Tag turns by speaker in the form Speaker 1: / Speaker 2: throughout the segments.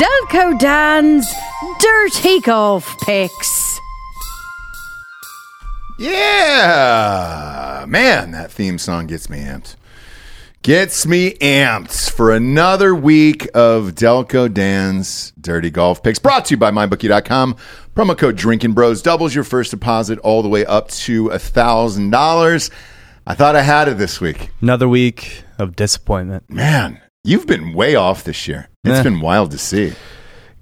Speaker 1: Taco Dan's Dirty Golf Picks.
Speaker 2: Yeah, man, that theme song gets me amped. Gets me amped for another week of Delco Dan's Dirty Golf Picks, brought to you by MyBookie.com. Promo code Drinking Bros doubles your first deposit all the way up to a thousand dollars. I thought I had it this week,
Speaker 3: Another week of disappointment.
Speaker 2: man. You've been way off this year. It's
Speaker 3: Yeah.
Speaker 2: been wild to see.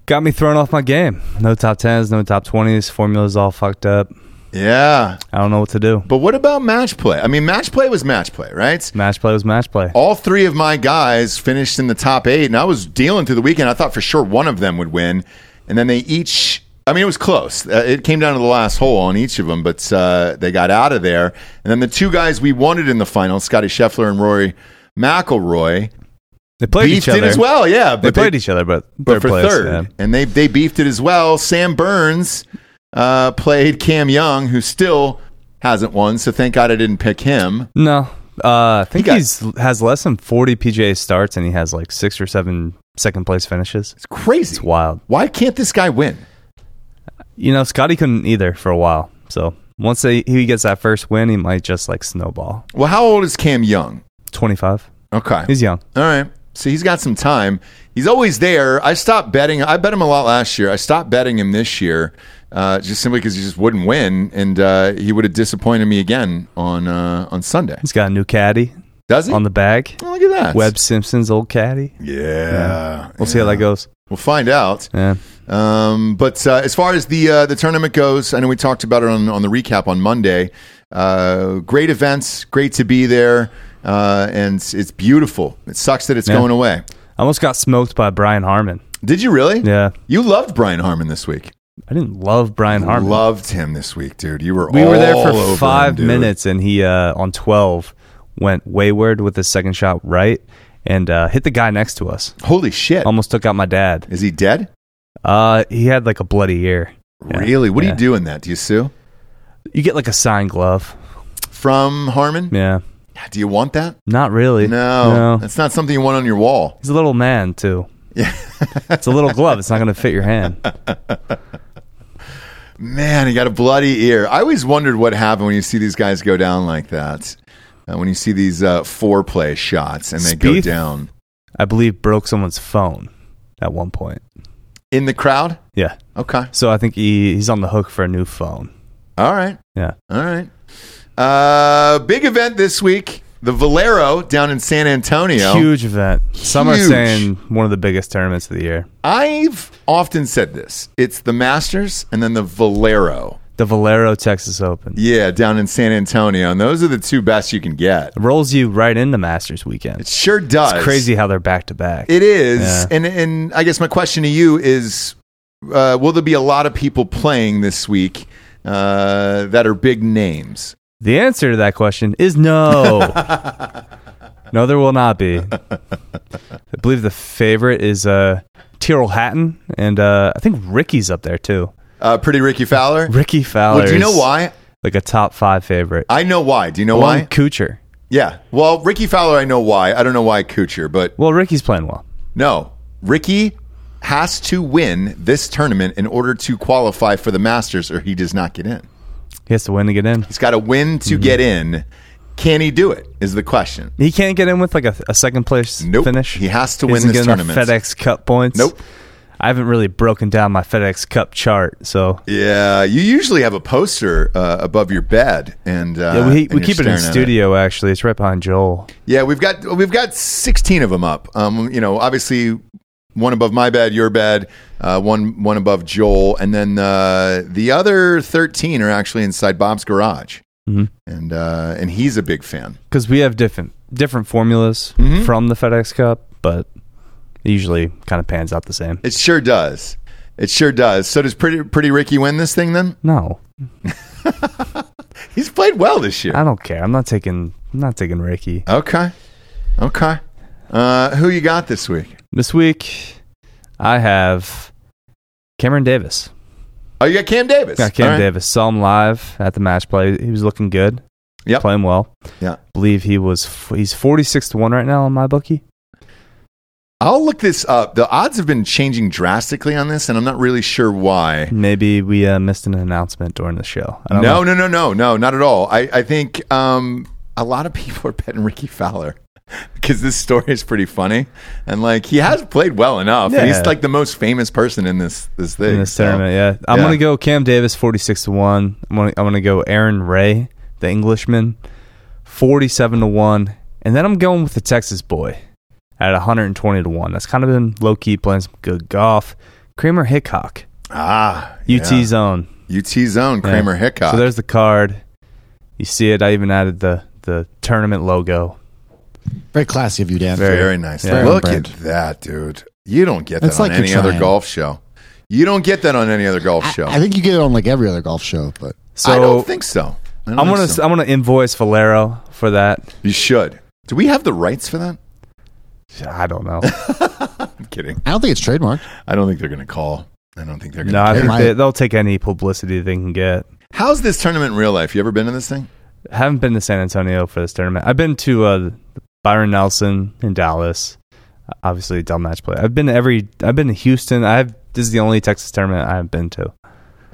Speaker 3: Got me thrown off my game. No top 10s, no top 20s. Formula's all fucked up.
Speaker 2: Yeah,
Speaker 3: I don't know what to do.
Speaker 2: but what about match play? I mean, match play was match play, right?
Speaker 3: Match play was match play.
Speaker 2: all three of my guys finished in the top eight, and I was dealing through the weekend. I thought for sure one of them would win, and then they each. I mean, it was close. Uh, it came down to the last hole on each of them, but uh, they got out of there. And then the two guys we wanted in the final, Scotty Scheffler and Rory McIlroy,
Speaker 3: They played
Speaker 2: beefed
Speaker 3: each other.
Speaker 2: it as well. Yeah,
Speaker 3: They played each other, but,
Speaker 2: but
Speaker 3: third
Speaker 2: for
Speaker 3: place,
Speaker 2: third,
Speaker 3: yeah.
Speaker 2: and they they beefed it as well. Sam Burns uh, played Cam Young, who still hasn't won. So thank God I didn't pick him.
Speaker 3: No. Uh, I think
Speaker 2: got-
Speaker 3: he's has less than 40 PGA starts and he has like six or seven second place finishes.
Speaker 2: It's crazy.
Speaker 3: It's wild.
Speaker 2: Why can't this guy win?
Speaker 3: You know, Scotty couldn't either for a while. So once they, he gets that first win, he might just like snowball.
Speaker 2: Well, how old is Cam Young?
Speaker 3: 25.
Speaker 2: Okay.
Speaker 3: He's young.
Speaker 2: All right. So he's got some time. He's always there. I stopped betting. I bet him a lot last year. I stopped betting him this year uh, just simply because he just wouldn't win, and uh, he would have disappointed me again on uh, on Sunday.
Speaker 3: He's got a new caddy
Speaker 2: Does he?
Speaker 3: on the bag.
Speaker 2: Oh, look at that.
Speaker 3: Webb Simpson's old caddy.
Speaker 2: Yeah.
Speaker 3: We'll see how that goes.
Speaker 2: We'll find out.
Speaker 3: Yeah.
Speaker 2: Um, but uh, as far as the uh, the tournament goes, I know we talked about it on, on the recap on Monday. Uh, great events. Great to be there. Uh, and it's, it's beautiful. It sucks that it's
Speaker 3: Yeah.
Speaker 2: going away.
Speaker 3: I almost got smoked by Brian Harmon.
Speaker 2: Did you really?
Speaker 3: Yeah.
Speaker 2: You loved Brian Harmon this week.
Speaker 3: I didn't love Brian Harmon.
Speaker 2: Loved him this week, dude. You were
Speaker 3: we were there
Speaker 2: all over
Speaker 3: for
Speaker 2: him,
Speaker 3: five
Speaker 2: dude.
Speaker 3: minutes, and he uh, on twelve went wayward with his second shot right and uh, hit the guy next to us.
Speaker 2: Holy shit!
Speaker 3: Almost took out my dad.
Speaker 2: Is he dead?
Speaker 3: Uh, he had like a bloody ear. Yeah.
Speaker 2: Really? What do
Speaker 3: Yeah.
Speaker 2: you do in that? Do you sue
Speaker 3: You get like a signed glove.
Speaker 2: from Harmon?
Speaker 3: Yeah,
Speaker 2: Do you want that?
Speaker 3: not really.
Speaker 2: No,
Speaker 3: no.
Speaker 2: that's not something you want on your wall.
Speaker 3: He's a little man too.
Speaker 2: Yeah.
Speaker 3: It's a little glove. It's not going to fit your hand.
Speaker 2: Man, he got a bloody ear. I always wondered what happened when you see these guys go down like that. Uh, when you see these uh, foreplay shots and they go
Speaker 3: Spieth?
Speaker 2: down
Speaker 3: I believe broke someone's phone at one point.
Speaker 2: in the crowd.
Speaker 3: Yeah.
Speaker 2: Okay,
Speaker 3: So I think he, he's on the hook for a new phone.
Speaker 2: all right.
Speaker 3: Yeah.
Speaker 2: All right. Uh, big event this week. The Valero down in San Antonio.
Speaker 3: Huge event. Some are
Speaker 2: Huge.
Speaker 3: saying one of the biggest tournaments of the year.
Speaker 2: I've often said this. It's the Masters and then the Valero.
Speaker 3: The Valero Texas Open.
Speaker 2: Yeah, down in San Antonio. And those are the two best you can get.
Speaker 3: Rolls you right into Masters
Speaker 2: It
Speaker 3: weekend.
Speaker 2: sure does.
Speaker 3: It's crazy how they're back to back.
Speaker 2: It is.
Speaker 3: Yeah.
Speaker 2: And and I guess my question to you is uh, will there be a lot of people playing this week uh, that are big names?
Speaker 3: The answer to that question is no. no, there will not be. I believe the favorite is uh, Tyrrell Hatton, and uh, I think Ricky's up there too.
Speaker 2: Uh, pretty Ricky Fowler.
Speaker 3: Ricky Fowler.
Speaker 2: Well, do you know
Speaker 3: is
Speaker 2: why?
Speaker 3: Like a top five favorite.
Speaker 2: I know why. Do you know
Speaker 3: One,
Speaker 2: why?
Speaker 3: Kuchar.
Speaker 2: Yeah. Well, Ricky Fowler, I know why. I don't know why Kuchar, but
Speaker 3: Well, Ricky's playing well.
Speaker 2: no. Ricky has to win this tournament in order to qualify for the Masters, or he does not get in.
Speaker 3: He has to win to get in.
Speaker 2: He's got to win to
Speaker 3: Mm-hmm.
Speaker 2: get in. Can he do it? Is the question.
Speaker 3: He can't get in with like a, a second place
Speaker 2: Nope.
Speaker 3: finish.
Speaker 2: He has to
Speaker 3: He
Speaker 2: win
Speaker 3: doesn't
Speaker 2: this
Speaker 3: get enough
Speaker 2: tournament.
Speaker 3: FedEx Cup points.
Speaker 2: Nope.
Speaker 3: I haven't really broken down my FedEx Cup chart, so
Speaker 2: Yeah, you usually have a poster uh, above your bed, and uh,
Speaker 3: yeah, we,
Speaker 2: and
Speaker 3: we
Speaker 2: you're
Speaker 3: keep it in
Speaker 2: staring at
Speaker 3: studio. Actually, it's right behind Joel.
Speaker 2: Yeah, we've got we've got sixteen of them up. Um, you know, obviously one above my bed, your bed, uh, one one above Joel, and then uh, the other thirteen are actually inside Bob's garage,
Speaker 3: Mhm.
Speaker 2: and uh, and he's a big fan.
Speaker 3: because we have different different formulas
Speaker 2: Mhm.
Speaker 3: from the FedEx Cup, but it usually kind of pans out the same.
Speaker 2: It sure does. It sure does. So does pretty pretty Ricky win this thing? Then
Speaker 3: No,
Speaker 2: he's played well this year.
Speaker 3: I don't care. I'm not taking I'm not taking Ricky
Speaker 2: Okay, okay. Uh, who you got this week?
Speaker 3: this week. I have Cameron Davis.
Speaker 2: Oh, you got Cam Davis.
Speaker 3: Got Cam
Speaker 2: All right.
Speaker 3: Davis. Saw him live at the match play. He was looking good.
Speaker 2: Yep.
Speaker 3: playing well.
Speaker 2: Yeah.
Speaker 3: believe he was. f- He's 46 to one right now on my bookie.
Speaker 2: I'll look this up. The odds have been changing drastically on this, and I'm not really sure why.
Speaker 3: Maybe we uh, missed an announcement during the show. I don't
Speaker 2: No,
Speaker 3: know.
Speaker 2: no, no, no, no, not at all. I, I think um, a lot of people are betting Ricky Fowler because this story is pretty funny, and like he has played well enough. And he's
Speaker 3: Yeah.
Speaker 2: like the most famous person in this this thing.
Speaker 3: in this
Speaker 2: so-
Speaker 3: tournament. Yeah, I'm
Speaker 2: Yeah.
Speaker 3: gonna go Cam Davis 46 to one. I'm gonna I'm gonna go Aaron Ray, the Englishman, 47 to one, and then I'm going with the Texas boy at 120 to one. That's kind of been low key playing some good golf. Kramer Hickok,
Speaker 2: Ah,
Speaker 3: UT zone.
Speaker 2: yeah. UT zone
Speaker 3: Yeah.
Speaker 2: Kramer Hickok.
Speaker 3: So there's the card. You see it. I even added the the tournament logo.
Speaker 4: Very classy of you, Dan.
Speaker 3: Very-
Speaker 2: Very nice.
Speaker 3: Yeah.
Speaker 2: Look
Speaker 4: Very
Speaker 2: at that, dude. You don't get that
Speaker 4: That's
Speaker 2: on
Speaker 4: like you're
Speaker 2: any other
Speaker 4: trying.
Speaker 2: golf show. You don't get that on any other golf
Speaker 4: I,
Speaker 2: show.
Speaker 4: I think you get it on like every other golf show, but
Speaker 3: So
Speaker 2: I don't think so. I don't
Speaker 3: I'm
Speaker 2: think
Speaker 3: gonna
Speaker 2: so.
Speaker 3: I'm gonna invoice Valero for that.
Speaker 2: You should. Do we have the rights for that?
Speaker 3: I don't know.
Speaker 2: I'm kidding.
Speaker 4: I don't think it's trademarked.
Speaker 2: I don't think they're going to call. I don't think they're going to.
Speaker 3: no, I
Speaker 4: They
Speaker 3: think
Speaker 4: might-
Speaker 3: they, they'll take any publicity they can get.
Speaker 2: How's this tournament in real life? You ever been to this thing?
Speaker 3: haven't been to San Antonio for this tournament. I've been to uh, Byron Nelson in Dallas. Obviously, a dumb match play. I've been to every. I've been to Houston. I've. This is the only Texas tournament I've been to.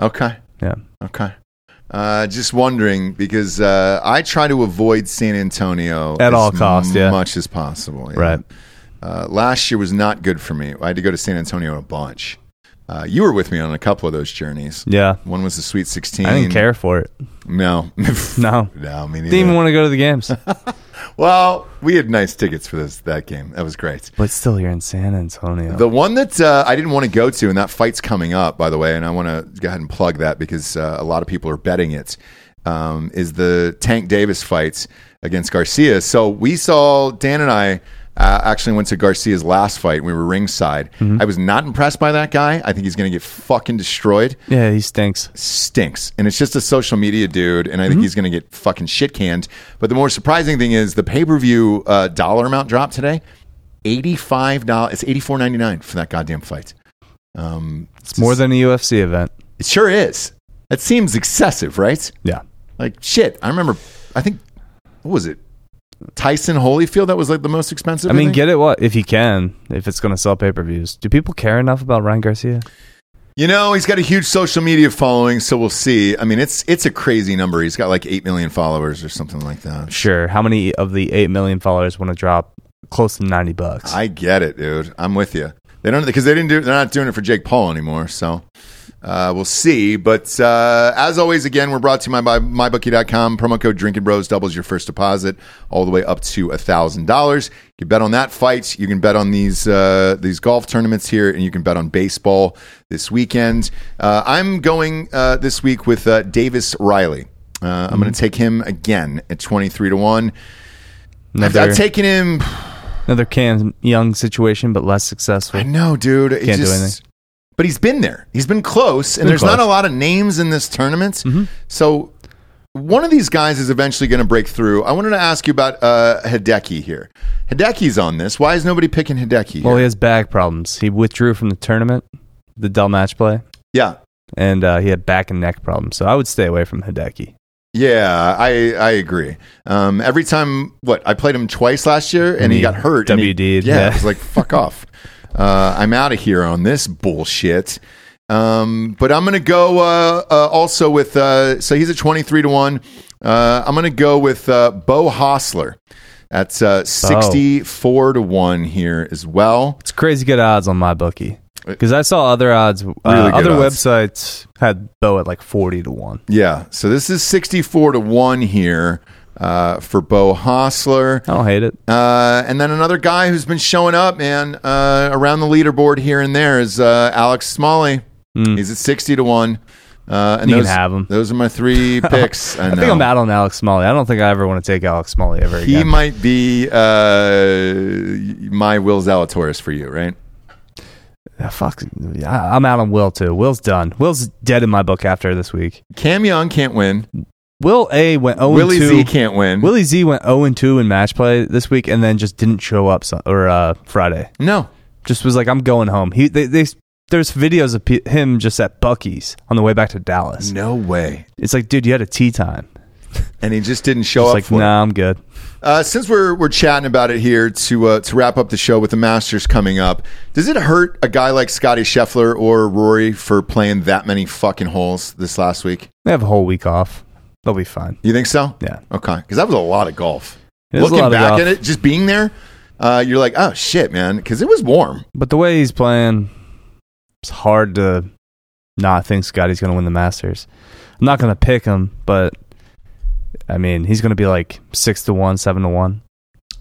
Speaker 2: Okay.
Speaker 3: Yeah.
Speaker 2: Okay. Uh, just wondering because uh, I try to avoid San Antonio
Speaker 3: At
Speaker 2: as
Speaker 3: all costs, yeah.
Speaker 2: much as possible. yeah.
Speaker 3: Right.
Speaker 2: Uh, last year was not good for me. I had to go to San Antonio a bunch. Uh, you were with me on a couple of those journeys.
Speaker 3: Yeah.
Speaker 2: One was the Sweet 16.
Speaker 3: I didn't care for it.
Speaker 2: No.
Speaker 3: No.
Speaker 2: no, me neither.
Speaker 3: Didn't even want to go to the games.
Speaker 2: well, we had nice tickets for this that game. That was great.
Speaker 3: but still, you're in San Antonio.
Speaker 2: The one that uh, I didn't want to go to, and that fight's coming up, by the way, and I want to go ahead and plug that because uh, a lot of people are betting it, um, is the Tank Davis fights against Garcia. So we saw, Dan and I uh, actually went to Garcia's last fight. We were ringside. I was not impressed by that guy. I think he's going to get fucking destroyed
Speaker 3: yeah, he stinks.
Speaker 2: stinks. And it's just a social media dude, and I think
Speaker 3: Mm-hmm.
Speaker 2: he's going to get fucking shit canned. But the more surprising thing is the pay per view uh, dollar amount dropped today eighty five dollars. It's eighty four ninety nine for that goddamn fight. Um,
Speaker 3: It's more than a UFC event.
Speaker 2: it sure is. That seems excessive, right?
Speaker 3: Yeah.
Speaker 2: Like shit. I remember. I think what was it? Tyson Holyfield. That was like the most expensive.
Speaker 3: I mean,
Speaker 2: think?
Speaker 3: get it what if you can, if it's going to sell pay per views. Do people care enough about Ryan Garcia?
Speaker 2: You know, he's got a huge social media following, so we'll see. I mean, it's it's a crazy number. He's got like eight million followers or something like that.
Speaker 3: Sure. How many of the eight million followers want to drop close to ninety bucks?
Speaker 2: I get it, dude. I'm with you. They don't because they didn't do. They're not doing it for Jake Paul anymore. So uh, we'll see. But uh, as always, again, we're brought to you by my- mybookie.com. Promo code Drinking Bros doubles your first deposit all the way up to thousand dollars. You can bet on that fight. You can bet on these uh, these golf tournaments here, and you can bet on baseball this weekend. Uh, I'm going uh, this week with uh, Davis Riley. Uh, I'm going to take him again at 23 to 1. I've,
Speaker 3: Another-
Speaker 2: I've taken him
Speaker 3: another Cam Young situation, but less successful.
Speaker 2: I know, dude. It
Speaker 3: Can't do
Speaker 2: just-
Speaker 3: anything.
Speaker 2: But he's been there. He's been close, and
Speaker 3: Been
Speaker 2: there's not
Speaker 3: close. Mm-hmm.
Speaker 2: a lot of names in this tournament. So one of these guys is eventually going to break through. I wanted to ask you about uh, Hideki here. Hideki's on this. Why is nobody picking Hideki?
Speaker 3: Well,
Speaker 2: here?
Speaker 3: he has back problems. He withdrew from the tournament, the Dell match play,
Speaker 2: yeah.
Speaker 3: and uh, he had back and neck problems. So I would stay away from Hideki.
Speaker 2: Yeah, I I agree. Um, every time, what I played him twice last year, and,
Speaker 3: And
Speaker 2: he,
Speaker 3: he
Speaker 2: got hurt. and he-
Speaker 3: WD'd,
Speaker 2: yeah,
Speaker 3: yeah.
Speaker 2: it was like fuck off. Uh, I'm out of here on this bullshit. Um, but I'm gonna go uh, uh, also with uh, so he's a 23 to one. Uh, I'm gonna go with uh, Bo Hostler. That's uh, 64 to one here as well.
Speaker 3: It's crazy good odds on my bookie because I saw other odds, uh,
Speaker 2: Really good
Speaker 3: other
Speaker 2: odds.
Speaker 3: websites had Bo at like forty to one.
Speaker 2: Yeah, so this is 64 to one here uh, for Bo Hostler.
Speaker 3: I don't hate it.
Speaker 2: Uh, and then another guy who's been showing up, man, uh, around the leaderboard here and there is uh, Alex Smalley. He's at sixty to one. Uh, and
Speaker 3: You can
Speaker 2: those,
Speaker 3: Hmm. have him.
Speaker 2: Those are my three picks. I,
Speaker 3: I, think
Speaker 2: know.
Speaker 3: I'm out on Alex Smalley. I don't think I ever want to take Alex Smalley ever
Speaker 2: He
Speaker 3: again.
Speaker 2: might be uh, my Will Zalatoris for you, right?
Speaker 3: Ah, fuck, I, I'm out on Will too. Will's done. Will's dead in my book after this week.
Speaker 2: Cam Young can't win.
Speaker 3: Will A went 0
Speaker 2: Willie
Speaker 3: 2.
Speaker 2: Z can't win.
Speaker 3: Willie Z went 0 and 2 in match play this week, and then just didn't show up Sun- or uh, Friday.
Speaker 2: no.
Speaker 3: Just was like, I'm going home. He they, they there's videos of pe him just at Bucky's on the way back to Dallas.
Speaker 2: No way.
Speaker 3: It's like, dude, you had a tea time.
Speaker 2: and he just didn't show
Speaker 3: It's
Speaker 2: up.
Speaker 3: like,
Speaker 2: for it.
Speaker 3: nah, I'm good.
Speaker 2: Uh, since we're we're chatting about it here to uh, to wrap up the show with the Masters coming up, does it hurt a guy like Scotty Scheffler or Rory for playing that many fucking holes this last week?
Speaker 3: They have a whole week off. They'll be fine.
Speaker 2: You think so?
Speaker 3: Yeah.
Speaker 2: Okay, because that was a lot of golf.
Speaker 3: It was a
Speaker 2: Looking
Speaker 3: lot of
Speaker 2: back
Speaker 3: golf.
Speaker 2: at it, just being there, uh, you're like, oh shit, man, because it was warm.
Speaker 3: But the way he's playing, it's hard to not think Scotty's going to win the Masters. I'm not going to pick him, but I mean, he's going to be like six to one, seven to one.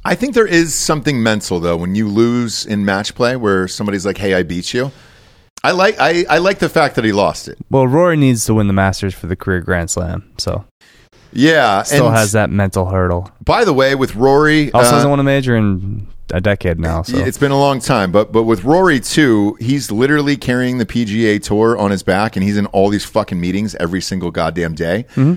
Speaker 2: I think there is something mental though when you lose in match play where somebody's like, hey, I beat you. I like I, I like the fact that he lost it.
Speaker 3: Well, Rory needs to win the Masters for the career Grand Slam, so
Speaker 2: Yeah,
Speaker 3: still
Speaker 2: and
Speaker 3: has that mental hurdle.
Speaker 2: By the way, with Rory,
Speaker 3: Also,
Speaker 2: uh,
Speaker 3: hasn't won a major in a decade now. So
Speaker 2: It's been a long time, but but with Rory too, he's literally carrying the PGA Tour on his back, and he's in all these fucking meetings every single goddamn day.
Speaker 3: Mm-hmm.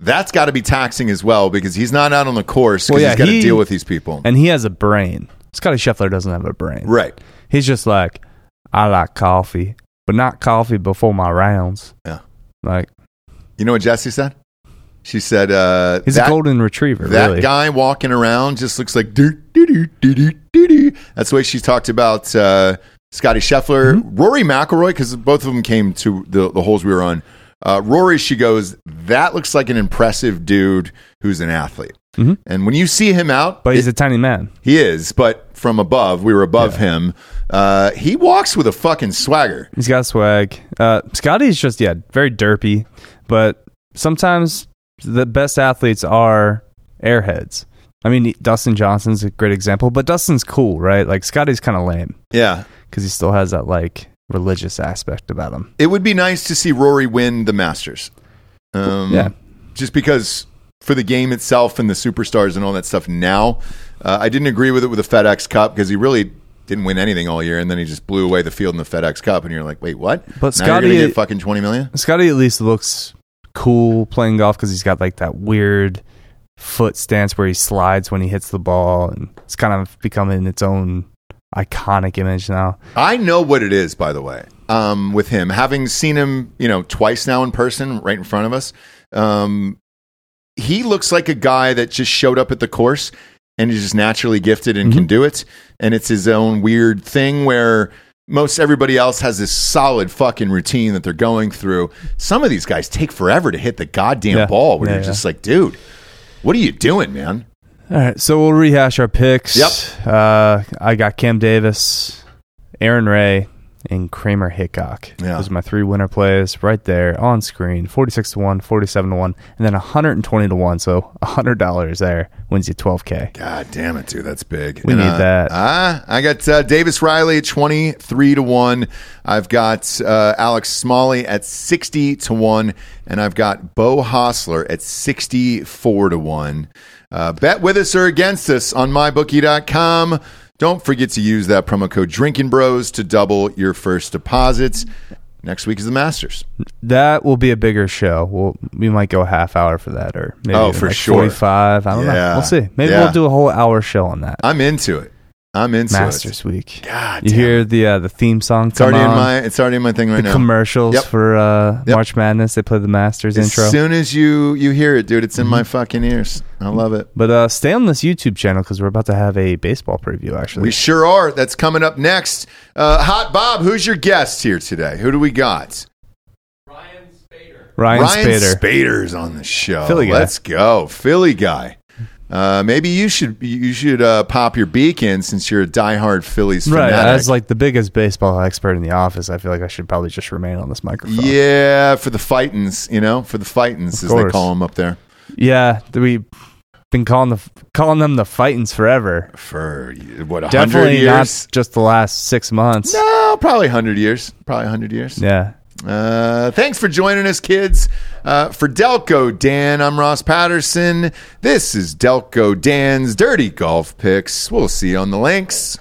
Speaker 2: That's got to be taxing as well because he's not out on the course because
Speaker 3: Well, yeah,
Speaker 2: he's got to
Speaker 3: he-
Speaker 2: deal with these people.
Speaker 3: and he has a brain. Scotty Scheffler doesn't have a brain.
Speaker 2: right?
Speaker 3: He's just like, I like coffee, but not coffee before my rounds.
Speaker 2: Yeah.
Speaker 3: Like
Speaker 2: You know what Jesse said? She said uh,
Speaker 3: he's
Speaker 2: that,
Speaker 3: a golden retriever.
Speaker 2: that
Speaker 3: really.
Speaker 2: guy walking around just looks like doo doo doo doo doo doo doo. That's the way she talked about uh, Scotty Scheffler,
Speaker 3: Mm-hmm.
Speaker 2: Rory McIlroy, because both of them came to the, the holes we were on. Uh, Rory, she goes, that looks like an impressive dude who's an athlete.
Speaker 3: Mhm.
Speaker 2: And when you see him out,
Speaker 3: But he's
Speaker 2: it-
Speaker 3: a tiny man.
Speaker 2: he is, but from above, we were above him. Uh, he walks with a fucking swagger.
Speaker 3: He's got swag. Uh, Scotty's just yeah, very derpy, but sometimes the best athletes are airheads. I mean, Dustin Johnson's a great example, but Dustin's cool, right? Like Scotty's kind of lame
Speaker 2: Yeah.
Speaker 3: because he still has that like religious aspect about him.
Speaker 2: It would be nice to see Rory win the Masters. Um,
Speaker 3: Yeah.
Speaker 2: just because for the game itself and the superstars and all that stuff now, uh, I didn't agree with it with the FedEx Cup because he really didn't win anything all year, and then he just blew away the field in the FedEx Cup, and you're like, wait, what?
Speaker 3: But
Speaker 2: now you're gonna
Speaker 3: Scotty-
Speaker 2: get fucking twenty million.
Speaker 3: Scotty at least looks cool playing golf because he's got like that weird foot stance where he slides when he hits the ball, and it's kind of becoming its own iconic image now.
Speaker 2: I know what it is, by the way. Um, with him having seen him, you know, twice now in person, right in front of us, um, he looks like a guy that just showed up at the course and is just naturally gifted and
Speaker 3: Mm-hmm.
Speaker 2: can do it. And it's his own weird thing where most everybody else has this solid fucking routine that they're going through. Some of these guys take forever to hit the goddamn
Speaker 3: Yeah.
Speaker 2: ball. Where
Speaker 3: Yeah,
Speaker 2: you're
Speaker 3: yeah.
Speaker 2: just like, dude, what are you doing, man?
Speaker 3: All right, so we'll rehash our picks.
Speaker 2: Yep.
Speaker 3: Uh, I got Cam Davis, Aaron Ray, and Kramer Hickok.
Speaker 2: Yeah.
Speaker 3: Those are my three winner plays right there on screen 46 to 1, 47 to 1, and then 120 to 1. So $100 there wins you 12K.
Speaker 2: God damn it, dude. That's big.
Speaker 3: We need
Speaker 2: uh,
Speaker 3: that.
Speaker 2: Ah, I got uh, Davis Riley at 23 to 1. I've got uh, Alex Smalley at 60 to 1. And I've got Bo Hostler at 64 to 1. Uh, bet with us or against us on mybookie.com. Don't forget to use that promo code Drinking Bros to double your first deposits. Next week is the Masters.
Speaker 3: That will be a bigger show. We'll, we might go a half hour for that or maybe
Speaker 2: Oh,
Speaker 3: even
Speaker 2: for
Speaker 3: like
Speaker 2: sure.
Speaker 3: 45. I don't know.
Speaker 2: Yeah.
Speaker 3: We'll see. Maybe
Speaker 2: Yeah.
Speaker 3: we'll do a whole hour show on that.
Speaker 2: I'm into it. I'm into
Speaker 3: Masters
Speaker 2: it.
Speaker 3: week.
Speaker 2: God
Speaker 3: you
Speaker 2: damn
Speaker 3: hear the uh, the theme song
Speaker 2: It's already
Speaker 3: come
Speaker 2: in
Speaker 3: on.
Speaker 2: my it's already in my thing right
Speaker 3: the
Speaker 2: now.
Speaker 3: commercials
Speaker 2: Yep.
Speaker 3: for uh,
Speaker 2: Yep.
Speaker 3: March Madness. They play the Masters
Speaker 2: As
Speaker 3: intro. Mm-hmm.
Speaker 2: soon as you you hear it, dude, it's in my fucking ears. I love it.
Speaker 3: but uh, stay on this YouTube channel because we're about to have a baseball preview. Actually,
Speaker 2: We sure are. That's coming up next. Uh, Hot Bob, who's your guest here today? Who do we got?
Speaker 3: Ryan, Spader.
Speaker 2: Spader's on the show.
Speaker 3: Philly guy.
Speaker 2: Let's go, Philly guy. Uh, maybe you should you should uh, pop your beak in since you're a diehard Phillies
Speaker 3: right,
Speaker 2: fanatic.
Speaker 3: as like the biggest baseball expert in the office, I feel like I should probably just remain on this microphone.
Speaker 2: yeah, for the fightins, you know, for the fightins as they
Speaker 3: course.
Speaker 2: call them up there.
Speaker 3: yeah. th- We've been calling the calling them the Fightins forever.
Speaker 2: For what a hundred
Speaker 3: Definitely
Speaker 2: years?
Speaker 3: not just the last six months.
Speaker 2: No, probably hundred years. Probably hundred years.
Speaker 3: Yeah.
Speaker 2: Uh, thanks for joining us, kids. Uh, for Delco Dan, I'm Ross Patterson. This is Delco Dan's Dirty Golf Picks. We'll see you on the links.